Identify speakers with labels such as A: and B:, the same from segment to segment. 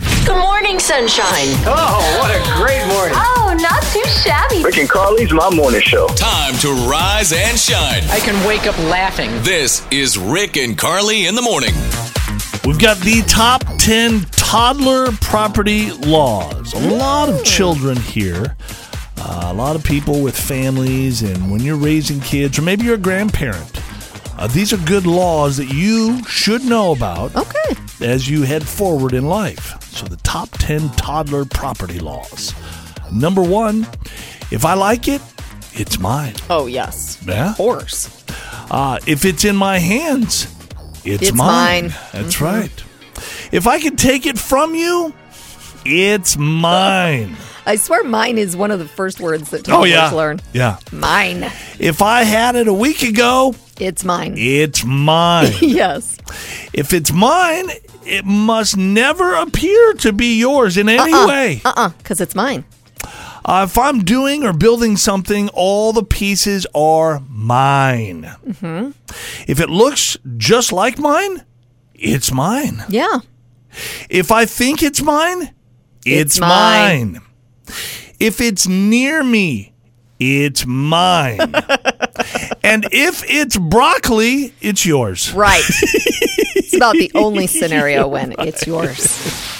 A: Good morning, sunshine.
B: Oh, what a great morning.
A: Oh, not too shabby.
C: Rick and Carly's My Morning Show.
D: Time to rise and shine.
B: I can wake up laughing.
D: This is Rick and Carly in the morning.
E: We've got the top 10 toddler property laws. A lot of children here, uh, a lot of people with families, and when you're raising kids, or maybe you're a grandparent, uh, these are good laws that you should know about
F: Okay.
E: as you head forward in life. So, the top 10 toddler property laws. Number one, if I like it, it's mine.
F: Oh, yes.
E: Yeah.
F: Of course.
E: Uh, if it's in my hands, it's,
F: It's
E: mine.
F: mine. Mm-hmm.
E: That's right. If I can take it from you, it's mine.
F: I swear mine is one of the first words that
E: oh
F: toddlers
E: yeah,
F: learn.
E: yeah.
F: Mine.
E: If I had it a week ago,
F: It's mine.
E: it's mine.
F: yes.
E: if it's mine, it must never appear to be yours in any way.
F: Uh-uh, because it's mine.
E: Uh, if I'm doing or building something, all the pieces are mine.
F: Mm-hmm.
E: If it looks just like mine, it's mine.
F: Yeah.
E: If I think it's mine, it's,
F: It's
E: mine.
F: mine.
E: If it's near me, it's mine. and if it's broccoli, it's yours.
F: Right. it's about the only scenario when it's yours.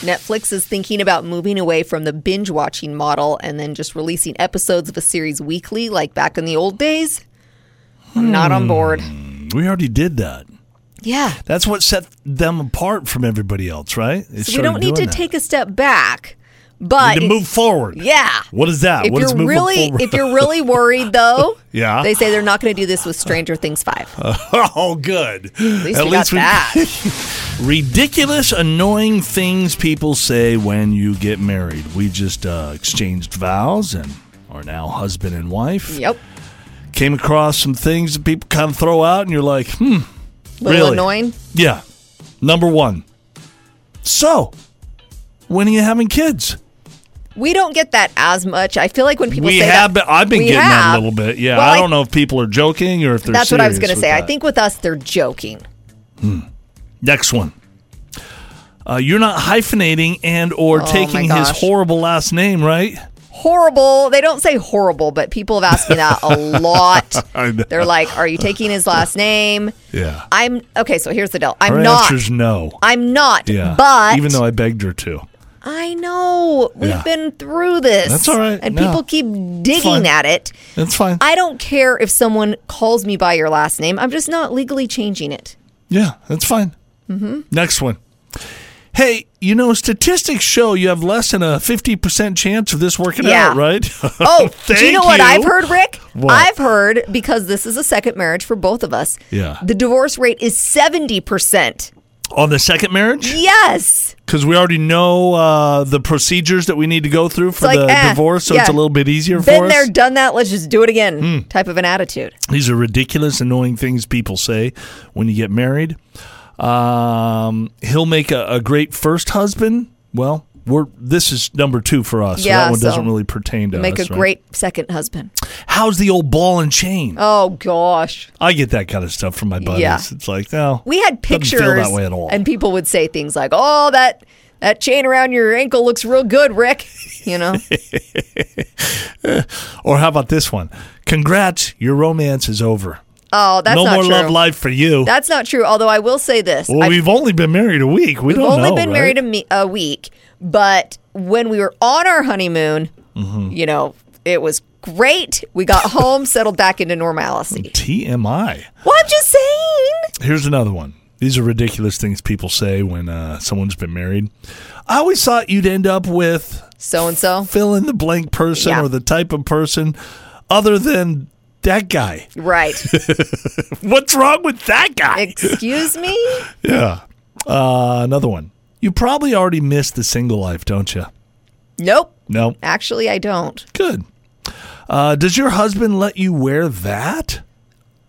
F: Netflix is thinking about moving away from the binge watching model and then just releasing episodes of a series weekly like back in the old days. I'm not on board.
E: We already did that.
F: Yeah.
E: That's what set them apart from everybody else, right? They
F: we
E: started
F: don't need
E: doing
F: to
E: that.
F: take a step back, but
E: Need to move forward.
F: Yeah.
E: What is that?
F: If
E: What is
F: you're
E: moving
F: really
E: forward?
F: if you're really worried though,
E: Yeah.
F: they say they're not going to do this with Stranger Things five.
E: oh, good.
F: At least we got that.
E: ridiculous, annoying things people say when you get married. We just uh, exchanged vows and are now husband and wife.
F: yep,
E: Came across some things that people kind of throw out, and you're like, hmm,
F: little
E: Really?
F: annoying.
E: yeah. Number one. So, when are you having kids?
F: We don't get that as much. I feel like when people
E: we
F: say
E: have.
F: that,
E: been, I've been
F: we
E: getting that
F: have.
E: a little bit. Yeah,
F: Well,
E: I don't know if people are joking or if they're.
F: That's what I was
E: serious
F: going to
E: with
F: say. I
E: that.
F: think with us, they're joking.
E: Next one. Uh, you're not hyphenating and or taking his
F: Oh gosh.
E: horrible last name, right?
F: Horrible. They don't say horrible, but people have asked me that a lot.
E: I know.
F: They're like, "Are you taking his last name?"
E: Yeah.
F: I'm okay. So here's the deal. I'm
E: Her
F: not.
E: answer's no.
F: I'm not.
E: Yeah.
F: But
E: even though I begged her to.
F: I know. We've
E: Yeah.
F: been through this.
E: That's all right.
F: And
E: No.
F: people keep
E: fine.
F: digging at it.
E: That's fine.
F: I don't care if someone calls me by your last name. I'm just not legally changing it.
E: yeah, that's fine. Mm-hmm. Next one. Hey, you know, statistics show you have less than a 50% chance of this working
F: Yeah.
E: out, right?
F: Oh,
E: Thank
F: do you know what
E: you.
F: I've heard, Rick?
E: What?
F: I've heard because this is a second marriage for both of us.
E: Yeah.
F: The divorce rate is 70%.
E: On the second marriage?
F: Yes.
E: Because we already know uh, the procedures that we need to go through for
F: like,
E: the
F: eh,
E: divorce, Hmm. so it's a
F: yeah.
E: little bit easier for
F: Been
E: us.
F: there, done that. Let's just do it again type of an attitude.
E: These are ridiculous, annoying things people say when you get married. Um, he'll make a, a great first husband. Well, we're this is number two for us. so
F: Yeah,
E: that one
F: so
E: doesn't really pertain to
F: Make
E: us.
F: a
E: right?
F: great second husband.
E: How's the old ball and chain?
F: Oh, gosh.
E: I get that kind of stuff from my buddies.
F: Yeah.
E: It's like, no,
F: We had
E: doesn't
F: pictures
E: feel that way at all.
F: and people would say things like, "Oh, that that chain around your ankle looks real good, Rick." You know?
E: or how about this one? Congrats, your romance is over.
F: Oh, that's
E: no
F: not
E: more
F: true.
E: love life for you.
F: That's not true. Although I will say this:
E: well,
F: I've
E: we've only been married a week. We
F: we've
E: don't
F: only
E: know,
F: been
E: right?
F: married a, me- a week, but when we were on our honeymoon,
E: Mm-hmm.
F: you know, it was great. We got home, settled back into normalcy.
E: TMI.
F: Well, I'm just saying.
E: Here's another one. These are ridiculous things people say when uh, someone's been married. I always thought you'd end up with
F: So and so,
E: fill in the blank person
F: Yeah.
E: or the type of person other than that guy.
F: right?
E: What's wrong with that guy?
F: Excuse me.
E: yeah. Uh, another one. You probably already missed the single life, don't you?
F: Nope.
E: No.
F: Actually, I don't.
E: Good. Uh, does your husband let you wear that?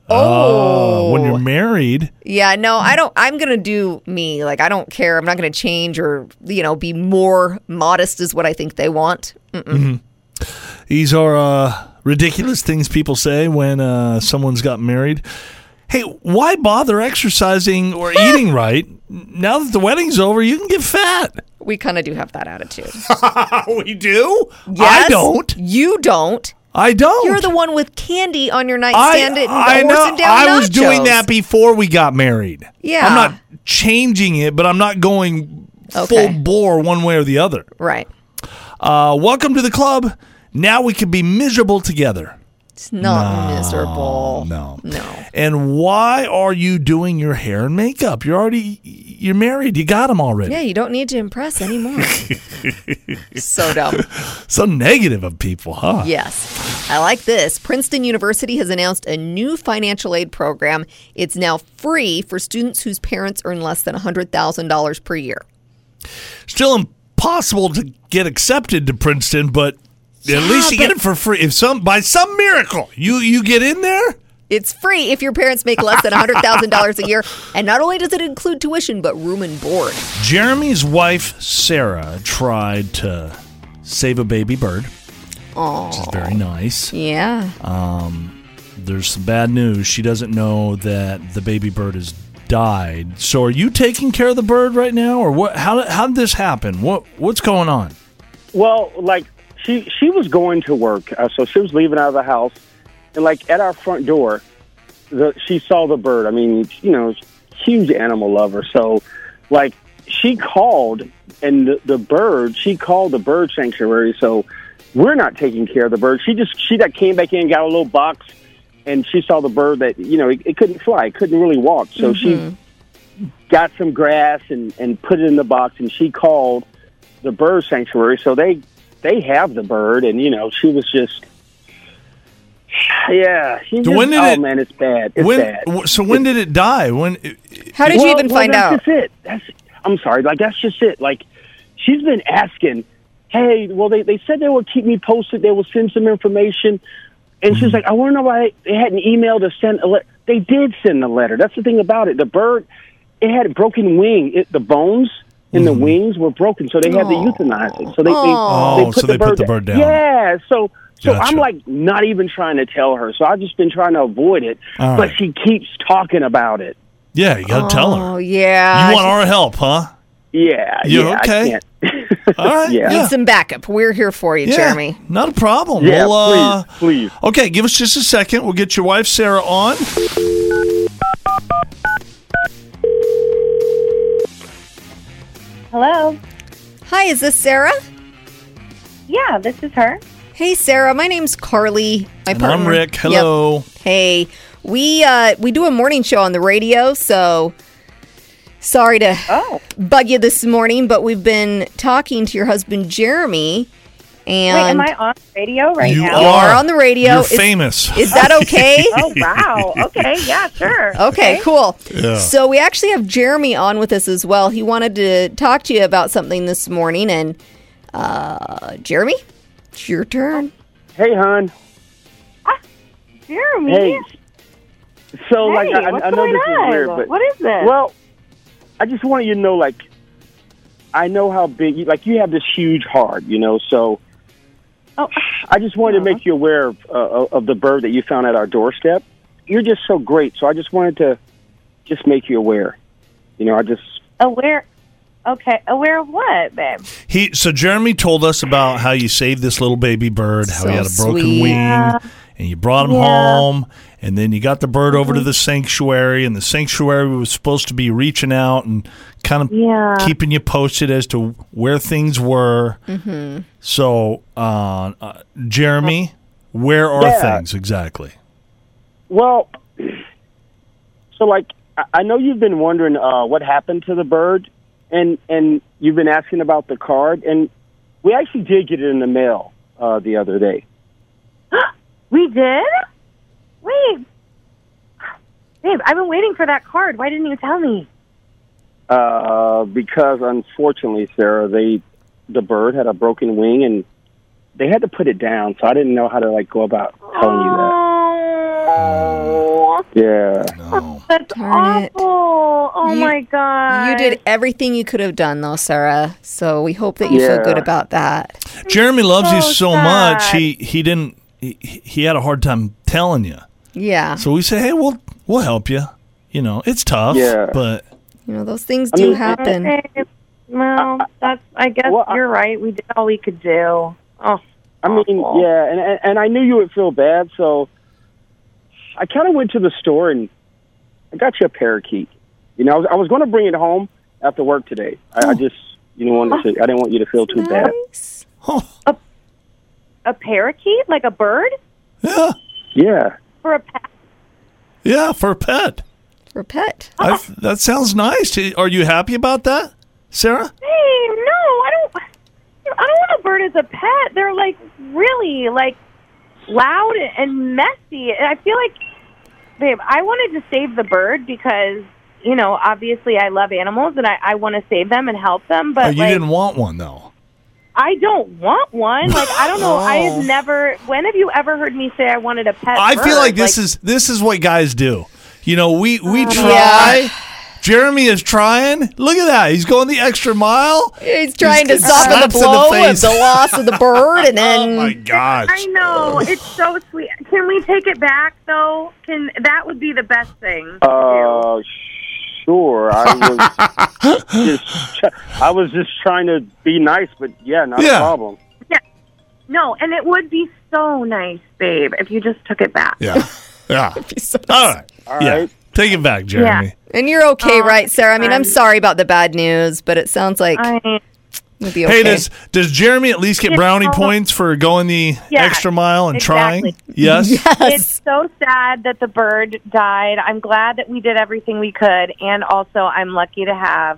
F: Oh,
E: Uh, when you're married,
F: Yeah, no, I don't. I'm gonna do me. Like I don't care. I'm not gonna change or you know be more modest is what I think they want.
E: These are uh, ridiculous things people say when uh, someone's got married. hey, why bother exercising or eating right? Now that the wedding's over, you can get fat.
F: We kind of do have that attitude. Oh,
E: we do? I
F: Yes,
E: don't.
F: You don't.
E: I don't.
F: You're the one with candy on your
E: I,
F: nightstand.
E: I
F: and
E: know.
F: down
E: I was doing
F: nachos.
E: that before we got married.
F: Yeah.
E: I'm not changing it, but I'm not going
F: Okay.
E: full bore one way or the other.
F: Right.
E: Uh, welcome to the club. Now we can be miserable together.
F: It's not miserable.
E: no.
F: No.
E: And why are you doing your hair and makeup? You're already you're married. You got them already.
F: Yeah, you don't need to impress anymore. so dumb.
E: So negative of people, huh?
F: Yes. I like this. Princeton University has announced a new financial aid program. It's now free for students whose parents earn less than $100,000 per year.
E: Still impossible to get accepted to Princeton, but at least you get it for free. If some by some miracle you you get in there,
F: It's free if your parents make less than $100,000 a year. And not only does it include tuition, but room and board.
E: Jeremy's wife Sarah tried to save a baby bird, which is very nice.
F: Yeah.
E: There's some bad news. She doesn't know that the baby bird has died. So are you taking care of the bird right now or what how how did this happen? What what's going on?
G: Well, like she she was going to work, uh, so she was leaving out of the house, and like at our front door, the she saw the bird. I mean, you know, huge animal lover. So, like she called, and the, the bird she called the bird sanctuary. So we're not taking care of the bird. She just she that came back in, got a little box, and she saw the bird that you know it, it couldn't fly, it couldn't really walk. So she got some grass and and put it in the box, and she called the bird sanctuary, so they they have the bird, and you know she was just yeah. She just,
E: when did
G: oh
E: it-
G: man, it's bad. It's
E: when
G: bad.
E: w- so when did it die? When
F: How did you
G: Well,
F: even
G: well,
F: find
G: that's
F: out?
G: Just it. That's I'm sorry. Like that's just it. Like she's been asking. Hey, well they they said they would keep me posted. They will send some information, and she's
F: Mm-hmm.
G: like, I want to know why they hadn't emailed or sent a letter. They did send a letter. That's the thing about it. The bird, it had a broken wing. It, the bones in
F: Mm-hmm.
G: the wings were broken, so they had to euthanize it. So they, they,
E: Oh,
G: they put
E: so
G: the
E: they
G: bird
E: put the bird down.
G: Yeah. So so
E: Gotcha.
G: I'm like not even trying to tell her. So I've just been trying to avoid it,
E: All
G: but
E: right.
G: she keeps talking about it.
E: Yeah, you got to tell her.
F: Oh,
E: You
F: yeah.
E: want our help, huh?
G: Yeah.
E: You
G: yeah,
E: okay?
G: I can't.
E: All right.
G: Yeah.
F: Need some backup. We're here for you,
E: Yeah,
F: Jeremy.
E: Not a problem.
G: Yeah,
E: We'll, uh,
G: please, please.
E: Okay, give us just a second. We'll get your wife Sarah on.
H: Hello.
F: Hi, is this Sarah?
H: Yeah, this is her.
F: Hey, Sarah. My name's Carly. My
E: And
F: partner.
E: I'm Rick.
F: Yep.
E: Hello.
F: Hey, we uh, we do a morning show on the radio, so sorry to
H: Oh,
F: bug you this morning, but we've been talking to your husband Jeremy,
H: wait, am
F: and
H: I on radio right
E: You
H: now?
F: Um, you are
E: are.
F: on the radio.
E: You're
F: is,
E: famous.
F: is that okay?
H: Oh, wow. Okay, yeah, sure.
F: Okay, cool.
E: Yeah.
F: So we actually have Jeremy on with us as well. He wanted to talk to you about something this morning, and uh, Jeremy, it's your turn.
G: Hey, hon.
H: Jeremy,
G: Hey. So,
H: Hey,
G: like, I, I-
H: what's
G: I know
H: going
G: this
H: on?
G: is weird, but
H: what is this?
G: well, I just wanted you to know, like, I know how big, you- like, you have this huge heart, you know. So,
H: oh,
G: I just wanted to make you aware of, uh, of the bird that you found at our doorstep. You're just so great. So, I just wanted to just make you aware. You know, I just
H: aware. Okay, aware of what, babe?
E: He so Jeremy told us about how you saved this little baby bird, how he
F: So
E: had a broken
F: sweet.
E: wing,
H: Yeah.
E: and you brought him
H: Yeah. Mm-hmm.
E: home, and then you got the bird over to the sanctuary, and the sanctuary was supposed to be reaching out and kind of
H: Yeah.
E: keeping you posted as to where things were. Mm-hmm. So, uh, uh, Jeremy, where are
G: Yeah.
E: things exactly?
G: Well, so like I- I know you've been wondering uh, what happened to the bird, and and you've been asking about the card, and we actually did get it in the mail uh, the other day.
H: We did? Wait. Babe, I've been waiting for that card. Why didn't you tell me?
G: Uh, because unfortunately, Sarah, they the bird had a broken wing, and they had to put it down. So I didn't know how to like go about telling you that.
H: Oh,
G: Yeah.
H: that's
F: Darn it.
H: awful. Oh,
F: You-
H: my God.
F: You did everything you could have done, though, Sarah. So we hope that you feel
G: Yeah.
F: good about that.
E: Jeremy loves you
H: so
E: so much.
H: sad.
E: He he didn't. He, he had a hard time telling you.
F: Yeah.
E: So we say, hey, we'll We'll help you. You know, it's tough,
G: Yeah.
E: but
F: You know, those things do
G: mean-
F: happen.
H: Okay. Well, that's. I guess
G: Uh, Well, uh, I-
H: you're right. We did all we could do. Oh,
G: I mean,
H: awful.
G: yeah, and, and and I knew you would feel bad, so I kind of went to the store and I got you a parakeet. You know, I was, I was going to bring it home after work today. I, I just, you know, wanted to. I didn't want you to feel too bad.
F: Nice.
E: oh,
H: A parakeet, like a bird,
E: yeah,
G: Yeah,
H: for a pet.
E: yeah, for a pet.
F: For a pet.
E: I, that sounds nice. Are you happy about that, Sarah?
H: Hey, no, I don't. I don't want a bird as a pet. They're like really like loud and messy. And I feel like, babe, I wanted to save the bird because you know obviously I love animals and I, I want to save them and help them. But
E: Oh, you
H: like,
E: didn't want one though.
H: I don't want one. Like I don't know. I have never. When have you ever heard me say I wanted a pet?
E: Oh. I feel
H: bird?
E: like this is this is what guys do. You know, we we try.
F: yeah.
E: Jeremy is trying. Look at that. He's going the extra mile.
F: He's trying to
E: getting
F: soften the
E: slaps in the
F: blow of
E: face.
F: the loss of the bird, and
E: Oh
F: then
E: my gosh.
H: I know it's so sweet. Can we take it back though? Can that would be the best thing? to do.
G: uh, sure. I was just, tr- I was just trying to be nice, but yeah, not
E: Yeah.
G: a problem.
H: No, and it would be so nice, babe, if you just took it back.
E: Yeah. Yeah.
F: so-
E: All right.
G: All
E: yeah.
G: right.
E: Take it back, Jeremy.
F: and you're okay,
H: Oh,
F: right, Sarah? I mean, I'm
H: um,
F: sorry about the bad news, but it sounds like
H: I,
F: you'll be okay.
E: Hey, does does Jeremy at least get
H: Yeah.
E: brownie points for going the
H: Yeah,
E: extra mile and
H: exactly.
E: trying? Yes.
H: it's so sad that the bird died. I'm glad that we did everything we could, and also I'm lucky to have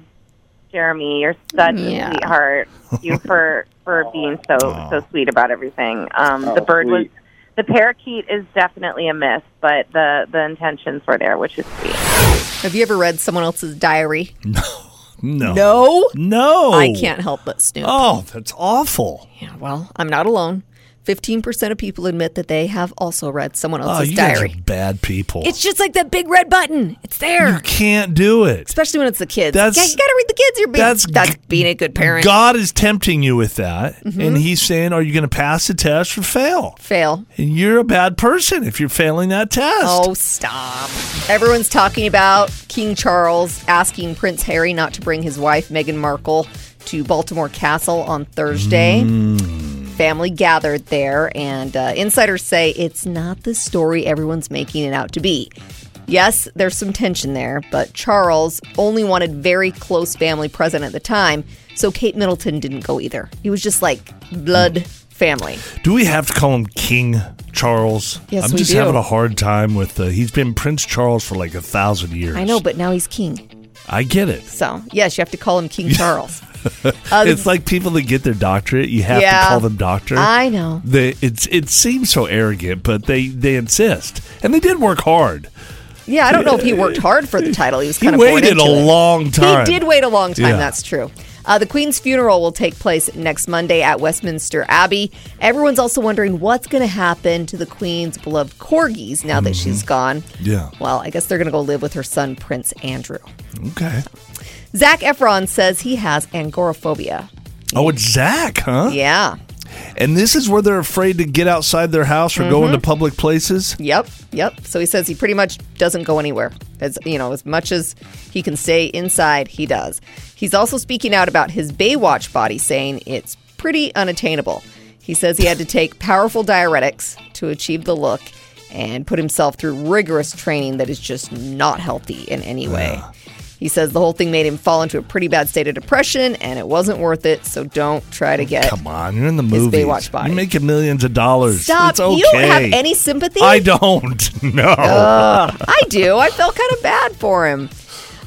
H: Jeremy. You're such
F: Yeah.
H: a sweetheart. You for for being so so sweet about everything. Um, the
G: Oh,
H: bird was.
G: sweet.
H: The parakeet is definitely a miss, but the, the intentions were there, which is sweet.
F: Have you ever read someone else's diary?
E: No.
F: No.
E: No.
F: I can't help but snoop.
E: Oh, that's awful.
F: Yeah, well, I'm not alone. 15% of people admit that they have also read someone
E: Oh,
F: else's
E: you
F: diary.
E: guys are bad people.
F: It's just like that big red button. It's there.
E: you can't do it.
F: Especially when it's the kids.
E: That's-
F: yeah, you got to read the kids. You're being,
E: that's
F: that's,
E: g-
F: being a good parent.
E: God is tempting you with that,
F: Mm-hmm.
E: and He's saying, "Are you going to pass the test or fail?"
F: Fail.
E: And you're a bad person if you're failing that test.
F: Oh, stop. Everyone's talking about King Charles asking Prince Harry not to bring his wife, Meghan Markle, to Baltimore Castle on Thursday. Family gathered there, and uh, insiders say it's not the story everyone's making it out to be. Yes, there's some tension there, but Charles only wanted very close family present at the time, so Kate Middleton didn't go either. He was just like blood family.
E: Do we have to call him King Charles?
F: Yes,
E: I'm
F: we
E: just
F: do.
E: having a hard time with the. He's been Prince Charles for like a thousand years.
F: I know, but now he's king.
E: I get it.
F: So, yes, you have to call him King Charles. Uh,
E: It's like people that get their doctorate. You have to
F: Yeah.
E: call them doctor.
F: I know.
E: They, it's it seems so arrogant, but they they insist, and they did work hard.
F: Yeah, I don't know if he worked hard for the title. He was kind
E: he
F: of born
E: waited a
F: into it.
E: long time.
F: He did wait a long time.
E: Yeah.
F: That's true. Uh, the Queen's funeral will take place next Monday at Westminster Abbey. Everyone's also wondering what's going to happen to the Queen's beloved corgis now that she's gone.
E: Mm-hmm. Yeah.
F: Well, I guess they're going to go live with her son, Prince Andrew.
E: Okay.
F: Zach Efron says he has angoraphobia.
E: Oh, it's Zach, huh?
F: Yeah.
E: And this is where they're afraid to get outside their house or
F: Mm-hmm.
E: go into public places.
F: Yep, yep. So he says he pretty much doesn't go anywhere. As you know, as much as he can stay inside, he does. He's also speaking out about his Baywatch body, saying it's pretty unattainable. He says he had to take powerful diuretics to achieve the look and put himself through rigorous training that is just not healthy in any way. He says the whole thing made him fall into a pretty bad state of depression and it wasn't worth it, so don't try to get
E: Oh, Come on, you're in the movies.
F: Baywatch body.
E: You're making millions of dollars.
F: Stop.
E: It's okay.
F: You don't have Uh, any sympathy?
E: I don't. No.
F: I do. I felt kind of bad for him.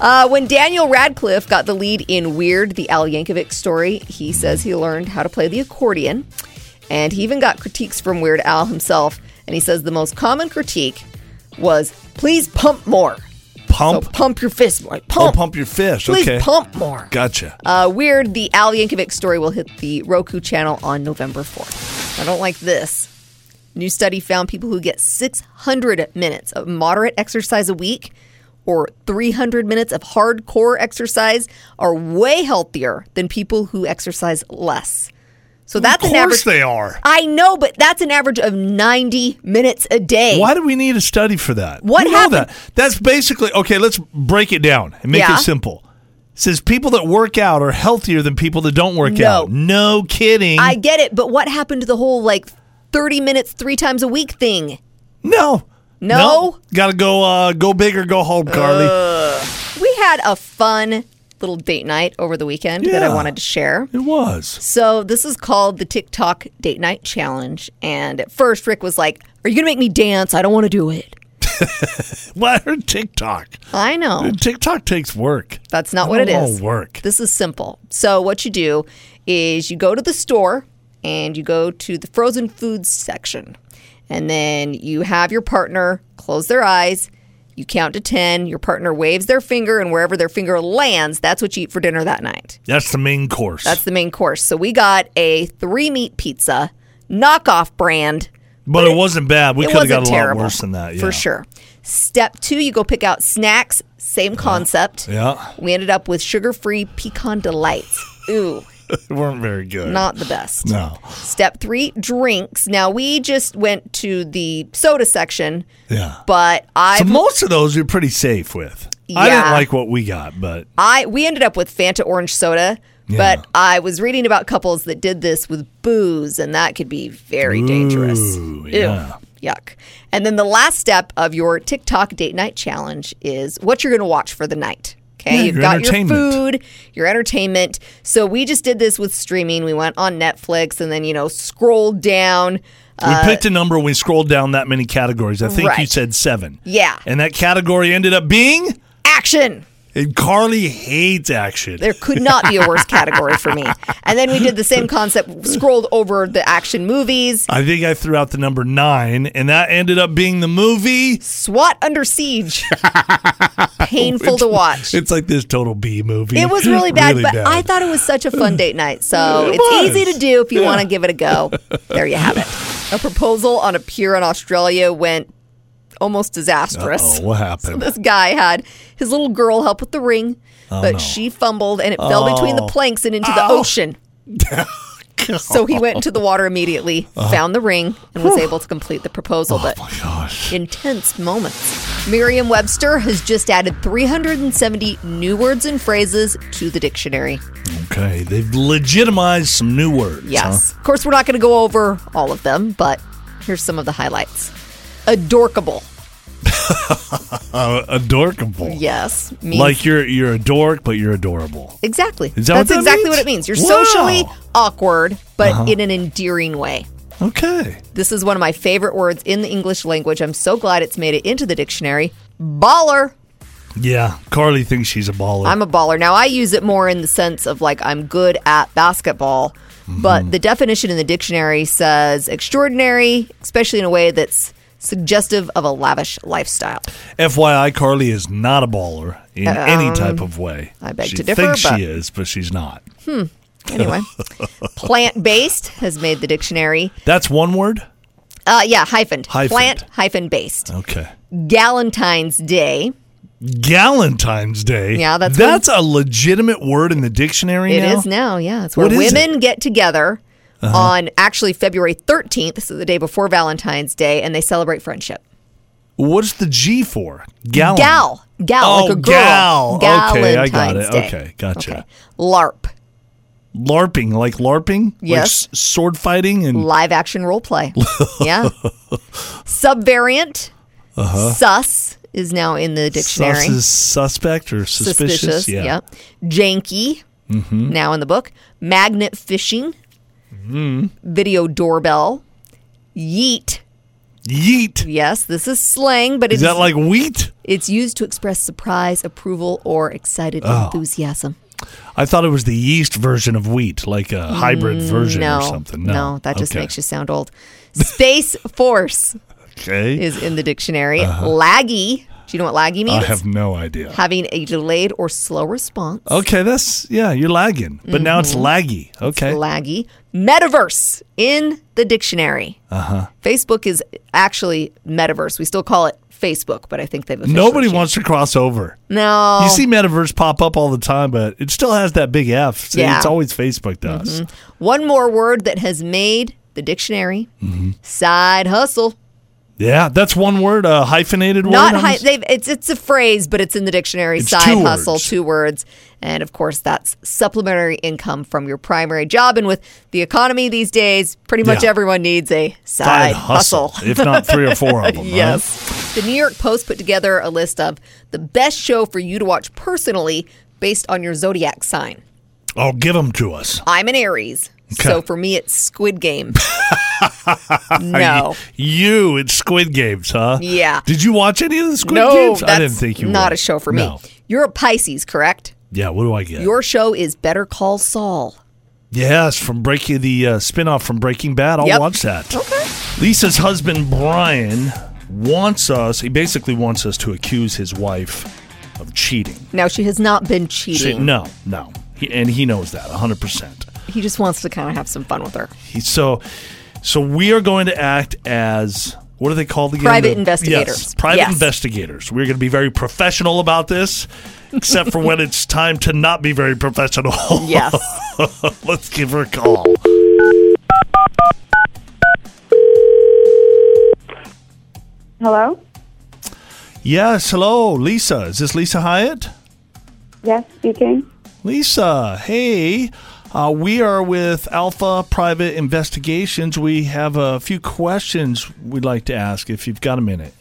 F: Uh, when Daniel Radcliffe got the lead in Weird, the Al Yankovic story, he says he learned how to play the accordion. And he even got critiques from Weird Al himself. And he says the most common critique was, please pump more.
E: pump.
F: So pump your fist more.
E: Oh,
F: Pump.
E: pump your fish.
F: Please
E: okay.
F: pump more.
E: Gotcha.
F: Uh, Weird, the Al Yankovic story will hit the Roku channel on November 4th. I don't like this. New study found people who get 600 minutes of moderate exercise a week or 300 minutes of hardcore exercise are way healthier than people who exercise less. So that's
E: of
F: an average.
E: course they are.
F: I know, but that's an average of 90 minutes a day.
E: Why do we need a study for that?
F: What
E: We know
F: happened-
E: that. That's basically okay. Let's break it down and make
F: Yeah.
E: it simple. It says people that work out are healthier than people that don't work
F: No.
E: out. No kidding.
F: I get it, but what happened to the whole like 30 minutes three times a week thing?
E: no.
F: No? Uh.
E: Got to go. Uh, go big or go home, Carly.
F: We had a fun little date night over the weekend that I
E: Yeah.
F: wanted to share.
E: it was.
F: So this is called the TikTok date night challenge. And at first, Rick was like, "Are you gonna make me dance? I don't want to do it."
E: What her TikTok?
F: I know
E: TikTok takes work.
F: that's not what it
E: That'll
F: is.
E: all work.
F: This is simple. So what you do is you go to the store and you go to the frozen foods section, and then you have your partner close their eyes. You count to ten. Your partner waves their finger, and wherever their finger lands, that's what you eat for dinner that night.
E: That's the main course.
F: That's the main course. So we got a three meat pizza, knockoff brand.
E: but it wasn't bad. We
F: it
E: could have
F: wasn't
E: got a
F: terrible
E: lot worse than that. Yeah.
F: for sure. Step two, you go pick out snacks. Same concept.
E: Yeah.
F: We ended up with sugar-free pecan delights. Ooh,
E: They weren't very good.
F: not the best.
E: No.
F: Step three, drinks. Now we just went to the soda section,
E: Yeah.
F: but I
E: so most of those you're pretty safe with. I didn't
F: Yeah.
E: like what we got, but
F: I we ended up with Fanta orange soda,
E: Yeah.
F: but I was reading about couples that did this with booze, and that could be very dangerous.
E: Ooh,
F: Ew,
E: yeah.
F: Yuck. And then the last step of your TikTok date night challenge is what you're going to watch for the night. Okay,
E: Yeah,
F: you've
E: your
F: got your
E: entertainment.
F: food, your entertainment. So we just did this with streaming. We went on Netflix and then you know scrolled down.
E: we picked a number. We scrolled down that many categories. I think you
F: Uh, Right.
E: said seven.
F: Yeah.
E: And that category ended up being.
F: Action.
E: And Carly hates action.
F: There could not be a worse category for me. And then we did the same concept, scrolled over the action movies.
E: I think I threw out the number nine, and that ended up being the movie.
F: SWAT under siege. Painful to watch.
E: It's like this total B movie.
F: It was really bad, but I thought it was such a fun date night. So it's easy
E: was.
F: to do if you
E: Yeah.
F: want to give it a go. There you have it. A proposal on a pier in Australia went almost disastrous.
E: Oh, what happened?
F: This guy had his little girl help with the ring, but she fumbled and it fell between the
E: Oh.
F: planks and into the
E: Ow.
F: ocean. So he went into the water immediately, found the ring, and was able to complete the proposal. but
E: Uh-huh. oh my gosh.
F: intense moments. Merriam Webster has just added 370 new words and phrases to the dictionary.
E: Okay, they've legitimized some new words.
F: Yes.
E: huh?
F: Of course, we're not going to go over all of them, but here's some of the highlights Adorkable.
E: Uh, adorkable.
F: Yes. Means
E: Like you're you're a dork, but you're adorable.
F: Exactly.
E: Is that
F: That's
E: what that
F: exactly
E: means?
F: what it means. You're
E: Wow. Uh-huh.
F: socially awkward, but in an endearing way.
E: Okay.
F: This is one of my favorite words in the English language. I'm so glad it's made it into the dictionary. Baller.
E: Yeah, Carly thinks she's a baller.
F: I'm a baller. Now, I use it more in the sense of like I'm good at basketball, but
E: Mm-hmm.
F: the definition in the dictionary says extraordinary, especially in a way that's suggestive of a lavish lifestyle.
E: FYI, Carly is not a baller in any type of way.
F: I beg
E: she
F: to differ,
E: thinks
F: but-
E: she is, but she's not.
F: Anyway, plant based has made the dictionary.
E: That's one word.
F: Uh, yeah, hyphened.
E: Hyphened.
F: Plant hyphen based.
E: Okay.
F: Galentine's Day.
E: Galentine's Day.
F: Yeah, that's when-
E: that's a legitimate word in the dictionary.
F: It is
E: now?
F: now, yeah. It's where
E: What is Uh-huh.
F: women get together on actually February 13th, so the day before Valentine's Day, and they celebrate friendship.
E: What's the G for? Gallon.
F: Gal. Gal,
E: Oh,
F: like a girl.
E: gal. Okay, I got
F: Galentine's
E: it.
F: Day.
E: Okay, gotcha.
F: LARP,
E: LARPing, like LARPing.
F: Yes.
E: Like s- sword fighting and
F: live action role play. yeah. Subvariant, sus is now in the dictionary.
E: Uh-huh. sus is suspect or suspicious. yeah. Mm-hmm.
F: yep. Janky, now in the book. Magnet fishing,
E: Mm-hmm.
F: video doorbell, yeet.
E: Yeet.
F: Yes, this is slang, but
E: Is
F: it's
E: that like wheat?
F: it's used to express surprise, approval, or excited
E: Oh.
F: enthusiasm.
E: I thought it was the yeast version of wheat, like a hybrid version or something. No,
F: Mm, that just
E: Okay.
F: makes you sound old. Space Force
E: Okay.
F: is in the dictionary. Laggy. Do you know what laggy
E: Uh-huh. I
F: means?
E: have no idea.
F: Having a delayed or slow response.
E: Okay, that's yeah, you're lagging, but now it's
F: Mm-hmm.
E: laggy. Okay,
F: Laggy. Metaverse
E: Uh-huh.
F: in the dictionary. Uh huh. Facebook is actually metaverse. We still call it Facebook, but I think they've officially
E: Nobody
F: changed.
E: wants to cross over.
F: No,
E: You see metaverse pop up all the time, but it still has that big F. See,
F: Yeah. Mm-hmm.
E: It's always Facebook to us.
F: one more word that has made the dictionary:
E: Mm-hmm.
F: side hustle.
E: Yeah, that's one word, a hyphenated
F: Not
E: word.
F: hi- they've, it's it's a phrase, but it's in the dictionary.
E: It's
F: side
E: two
F: hustle,
E: words.
F: two words, and of course that's supplementary income from your primary job. And with the economy these days, pretty much
E: Yeah. Uh-huh.
F: everyone needs a side, hustle.
E: if not three or four of them. right?
F: Yes. The New York Post put together a list of the best show for you to watch personally based on your zodiac sign.
E: Oh, give them to us.
F: I'm an Aries.
E: Okay.
F: So for me, it's Squid Game. no.
E: You, it's Squid Games, huh?
F: Yeah.
E: Did you watch any of the Squid
F: no,
E: Games?
F: that's
E: I didn't think you
F: not
E: would.
F: a show for me.
E: No.
F: You're a Pisces, correct?
E: Yeah, what do I get?
F: Your show is Better Call Saul.
E: yes, from Breaking the uh, spinoff from Breaking Bad. I'll
F: Yep. Oh.
E: watch that. Okay. Lisa's husband Brian wants us. He basically wants us to accuse his wife of cheating.
F: Now, she has not been
E: She-
F: cheating.
E: no, no, he, and he knows that 100. percent
F: He just wants to kind of have some fun with her.
E: He- so so we are going to act as what are they called again?
F: Private
E: The-
F: investigators.
E: Yes, private
F: Yes.
E: investigators. We're going to be very professional about this, except for when it's time to not be very professional.
F: Yes.
E: Let's give her a call.
H: Hello?
E: Yes, hello, Lisa. Is this Lisa Hyatt?
H: Yes, speaking.
E: Lisa, hey. Uh, we are with Alpha Private Investigations. We have a few questions we'd like to ask if you've got a minute.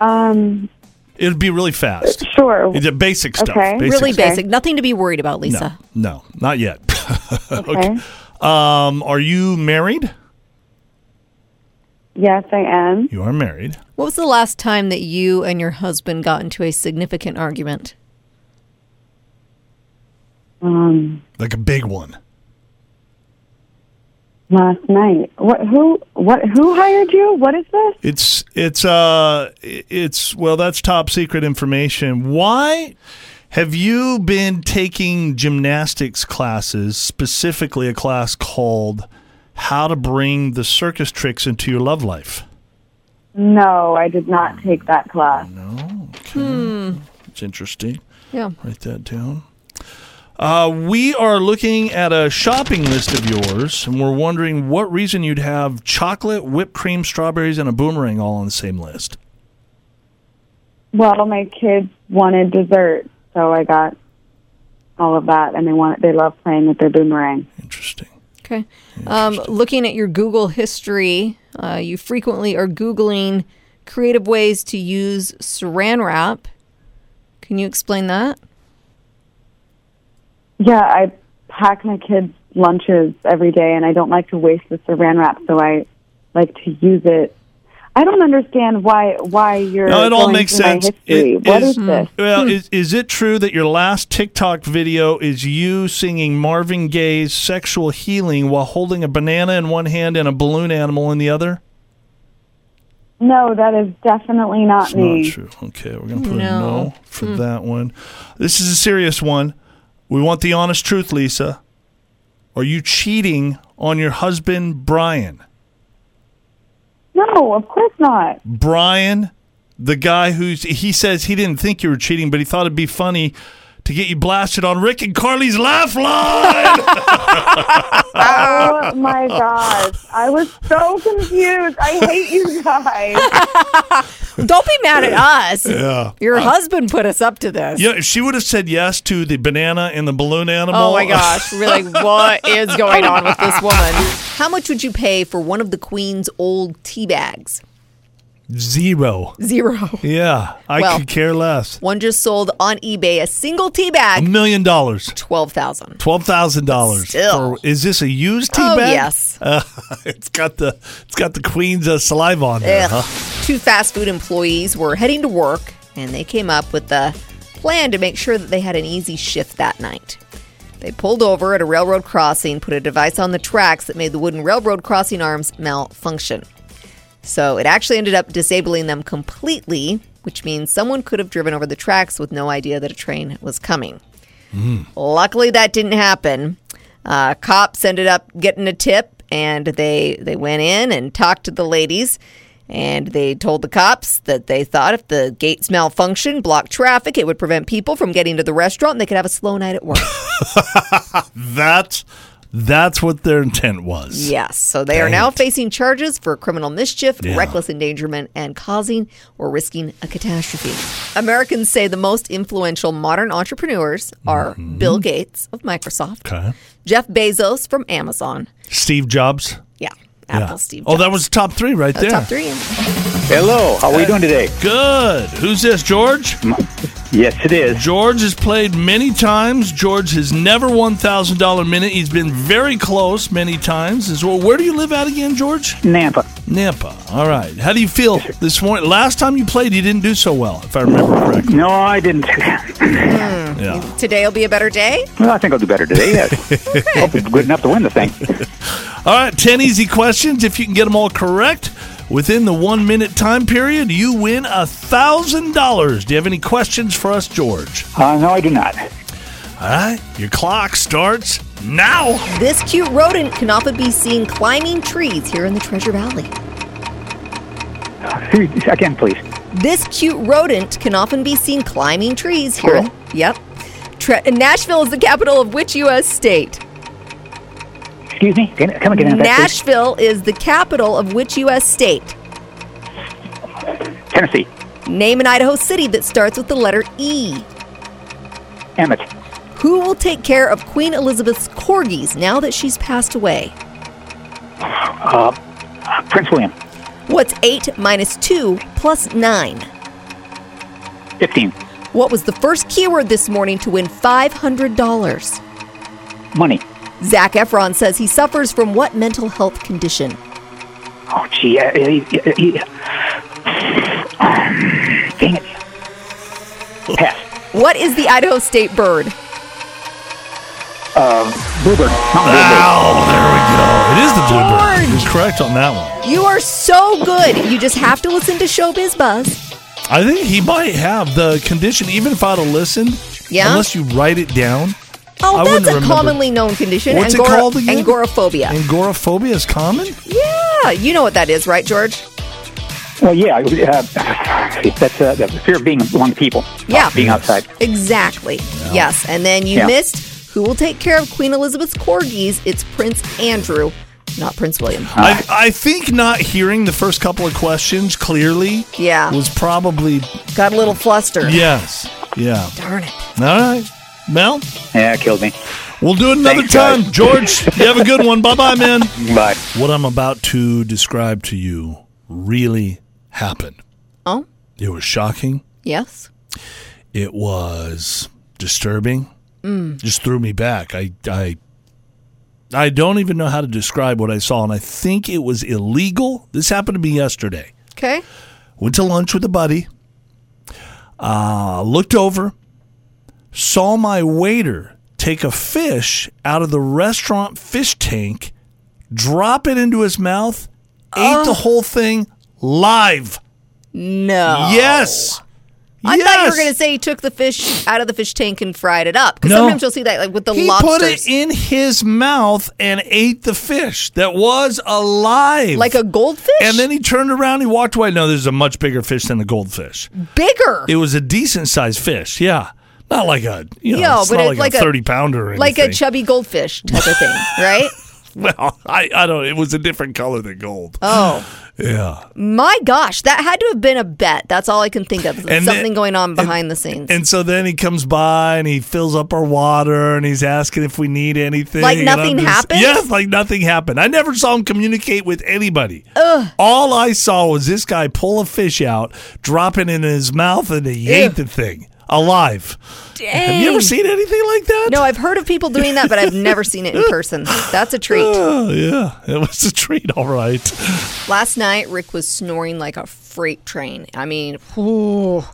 H: Um,
E: It'd be really fast.
H: sure.
E: It's a basic stuff.
H: Okay.
E: basic
F: Really
E: stuff.
F: basic. Nothing to be worried about, Lisa.
E: No, no, not yet. okay.
H: Okay.
E: Um, are you married?
H: Yes, I am.
E: You are married.
F: What was the last time that you and your husband got into a significant argument?
H: Um,
E: Like a big one.
H: last night. What? Who? What? Who hired you? What is this?
E: It's it's uh it's well that's top secret information. Why have you been taking gymnastics classes, specifically a class called How to Bring the Circus Tricks into Your Love Life?
H: No, I did not take that class.
E: It's interesting.
F: Yeah.
E: Write that down. Uh, we are looking at a shopping list of yours, and we're wondering what reason you'd have chocolate, whipped cream, strawberries, and a boomerang all on the same list.
H: Well, my kids wanted dessert, so I got all of that, and they want they love playing with their boomerang.
E: Interesting.
F: Okay. Um, looking at your Google history, uh, you frequently are Googling creative ways to use saran wrap. Can you explain that?
H: Yeah, I pack my kids' lunches every day, and I don't like to waste the Saran wrap, so I like to use it. I don't understand why why you're.
E: No, it all
H: going
E: makes
H: through my
E: sense.
H: history.
E: It
H: What
E: is-
H: is this? Hmm.
E: Well, is, is it true that your last TikTok video is you singing Marvin Gaye's Sexual Healing while holding a banana in one hand and a balloon animal in the other?
H: No, that is definitely not
E: It's
H: me.
E: not true. Okay, we're gonna put a
F: No.
E: no for that one. This is a serious one. We want the honest truth, Lisa. Are you cheating on your husband, Brian?
H: No, of course not.
E: Brian, the guy who's he says he didn't think you were cheating, but he thought it'd be funny to get you blasted on Rick and Carly's laugh line.
H: Oh my gosh, I was so confused. I hate you guys.
F: Don't be mad at us. Yeah. Your husband put us up to this.
E: yeah, if she would have said yes to the banana and the balloon animal.
F: Oh my gosh. We're like, what is going on with this woman? How much would you pay for one of the Queen's old tea bags?
E: Zero.
F: Zero.
E: Yeah, I
F: Well-
E: could care less.
F: One just sold on eBay a single tea
E: A
F: bag,
E: million dollars.
F: 12,000.
E: Twelve thousand dollars.
F: Still.
E: is this a used tea
F: Oh,
E: bag?
F: yes.
E: Uh, it's got the it's got the queen's uh, saliva on there.
F: Ugh.
E: Huh?
F: Two fast food employees were heading to work and they came up with a plan to make sure that they had an easy shift that night. They pulled over at a railroad crossing, put a device on the tracks that made the wooden railroad crossing arms malfunction. So it actually ended up disabling them completely, which means someone could have driven over the tracks with no idea that a train was coming. Luckily, that didn't happen. Uh, cops ended up getting a tip, and they they went in and talked to the ladies, And they told the cops that they thought if the gates malfunctioned, blocked traffic, it would prevent people from getting to the restaurant and they could have a slow night at work.
E: That's that's what their intent was.
F: yes. So they are
E: Dang
F: now
E: it.
F: facing charges for criminal mischief,
E: Yeah.
F: reckless endangerment, and causing or risking a catastrophe. Americans say the most influential modern entrepreneurs are
E: Mm-hmm.
F: Bill Gates of Microsoft,
E: Okay.
F: Jeff Bezos from Amazon.
E: Steve Jobs.
F: Yeah.
E: Yeah.
F: Apple Steve.
E: Oh,
F: Jobs.
E: that was top three right there.
F: Top three.
C: Hello, how are you doing today?
E: Good. Who's this, George?
C: Yes, it is.
E: George has played many times. George has never won thousand dollar minute. He's been very close many times as well. Where do you live at again, George?
I: Nampa.
E: Napa. All right. How do you feel this morning? Last time you played, you didn't do so well, if I remember correctly.
I: No, I didn't.
E: Yeah.
F: Today will be a better day.
I: Well, I think I'll do better today. Yes. Hope it's good enough to win the thing.
E: All right. Ten easy questions. If you can get them all correct within the one minute time period, you win a thousand dollars. Do you have any questions for us, George?
I: Uh, no, I do not.
E: All right. Your clock starts now.
F: This cute rodent can often be seen climbing trees here in the Treasure Valley.
I: Again, please.
F: This cute rodent can often be seen climbing trees here. in-
I: Squirrel.
F: Yep. Tre- Nashville is the capital of which U.S. state?
I: Excuse me. Can, come again. That's
F: Nashville is the capital of which U.S. state?
I: please. Tennessee.
F: Name an Idaho city that starts with the letter E.
I: Emmett.
F: Who will take care of Queen Elizabeth's corgis now that she's passed away?
I: Uh, Prince William.
F: What's 8 minus 2 plus 9?
I: 15.
F: What was the first keyword this morning to win $500?
I: Money.
F: Zach Efron says he suffers from what mental health condition?
I: Oh, gee. Uh, he, he, he- dang it. Pass.
F: What is the Idaho State bird?
I: Bluebird. Mountain Bluebird.
E: Ow, there we go. It is the bluebird. He's correct on that one.
F: You are so good. You just have to listen to Showbiz Buzz.
E: I think he might have the condition, even if I'd have listened.
F: Yeah?
E: Unless you write it down.
F: Oh,
E: I
F: that's
E: wouldn't
F: a
E: remember.
F: commonly known condition.
E: What's it
F: Angora-
E: called again?
F: Angoraphobia.
E: Angoraphobia is common?
F: yeah, you know what that is, right, George?
I: Well, yeah. Uh, that's uh, the fear of being among people.
F: Yeah.
I: Being outside.
F: Exactly. Yes. And then you
I: Yeah.
F: missed who will take care of Queen Elizabeth's corgis? It's Prince Andrew, not Prince William.
E: I, I think not hearing the first couple of questions clearly
F: Yeah.
E: was probably.
F: Got a little flustered.
E: Yes. Yeah.
F: Darn it.
E: All right. Mel,
I: Yeah, it killed me.
E: we'll do it another
I: Thanks, guys.
E: time. George, you have a good one. Bye bye, man.
I: Bye.
E: What I'm about to describe to you really happened.
F: Oh,
E: It was shocking.
F: yes.
E: It was disturbing. Just threw me back. I I I don't even know how to describe what I saw, and I think it was illegal. This happened to me yesterday.
F: Okay.
E: Went to lunch with a buddy. Uh, looked over, saw my waiter take a fish out of the restaurant fish tank, drop it into his mouth, ate
F: Oh.
E: the whole thing live.
F: No.
E: Yes.
F: I thought you were
E: Yes!
F: going to say he took the fish out of the fish tank and fried it up. Because
E: No.
F: sometimes you'll see that, like with the
E: He
F: lobsters,
E: put it in his mouth and ate the fish that was alive.
F: like a goldfish,
E: And then he turned around, he walked away. No, this is a much bigger fish than a goldfish.
F: bigger,
E: It was a decent sized fish, yeah. Not like a you know,
F: Yeah,
E: it's
F: but
E: not
F: it-
E: like,
F: like
E: a
F: a-
E: thirty pounder or
F: like a
E: anything.
F: chubby goldfish type of thing, right?
E: well, I, I don't it was a different color than gold.
F: Oh
E: yeah.
F: my gosh, that had to have been a bet. That's all I can think of.
E: then-
F: Something going on behind the scenes.
E: And so then he comes by and he fills up our water and he's asking if we need anything.
F: Like
E: and I'm
F: nothing
E: just-
F: happened?
E: Yes, like nothing happened. I never saw him communicate with anybody. All I saw was this guy pull a fish out, drop it in his mouth, and he ate the thing alive. Have you ever
F: Dang.
E: seen anything like that?
F: no, I've heard of people doing that, but I've never seen it in person. That's a treat.
E: Oh, yeah, it was a treat. All right.
F: Last night, Rick was snoring like a freight train. I mean, whew.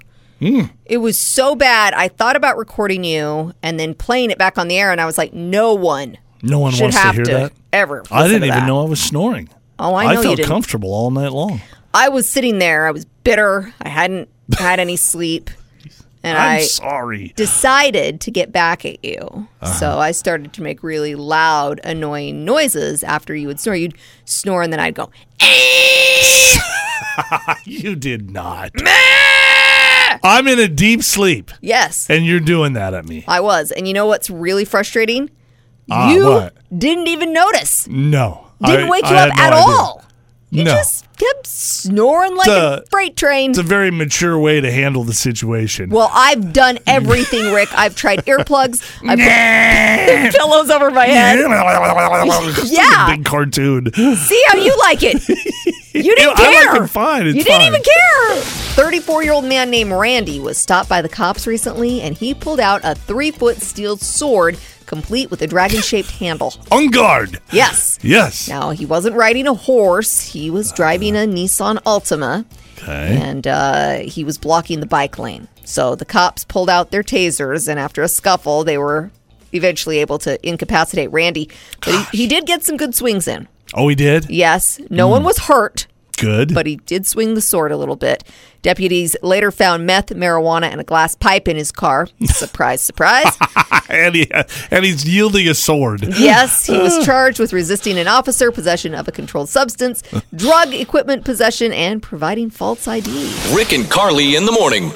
E: Mm.
F: it was so bad. I thought about recording you and then playing it back on the air, and I was like, no one
E: No one
F: should
E: wants to
F: have
E: hear
F: to
E: that.
F: ever.
E: I
F: listen
E: didn't
F: to
E: even
F: that.
E: know I was snoring.
F: Oh, I know
E: I
F: you
E: felt
F: didn't.
E: comfortable all night long.
F: I was sitting there. I was bitter. I hadn't had any sleep, and
E: I'm
F: I
E: sorry.
F: decided to get back at you.
E: Uh-huh.
F: So I started to make really loud, annoying noises after you would snore. You'd snore, and then I'd go. "Eh."
E: you did not. I'm in a deep sleep,
F: Yes,
E: and you're doing that at me.
F: I was. And you know what's really frustrating?
E: Ah,
F: you
E: what?
F: didn't even notice.
E: No,
F: Didn't
E: I-
F: wake you
E: I
F: up
E: had
F: at
E: no idea.
F: all. You
E: No.
F: just kept snoring like a,
E: It's a-
F: freight train.
E: It's a very mature way to handle the situation.
F: Well, I've done everything, Rick. I've tried earplugs. I've put pillows over my head.
E: It's like
F: Yeah.
E: a big cartoon.
F: See how you like it. You
E: Ew,
F: didn't
E: I
F: care.
E: like it fine. It's
F: you
E: fine.
F: didn't even care. 34 year old man named Randy was stopped by the cops recently, and he pulled out a three foot steel sword complete with a dragon shaped handle.
E: On guard.
F: Yes.
E: Yes.
F: Now, he wasn't riding a horse, he was driving a Nissan Altima.
E: Okay.
F: and uh, he was blocking the bike lane. So the cops pulled out their tasers, and after a scuffle, they were eventually able to incapacitate Randy. But he, he did get some good swings in.
E: Oh, he did?
F: Yes, no one was hurt,
E: Good.
F: but he did swing the sword a little bit. Deputies later found meth, marijuana, and a glass pipe in his car. Surprise, surprise.
E: and, he, and he's yielding a sword.
F: Yes, he was charged with resisting an officer, possession of a controlled substance, drug equipment possession, and providing false ID.
D: Rick and Carly in the morning.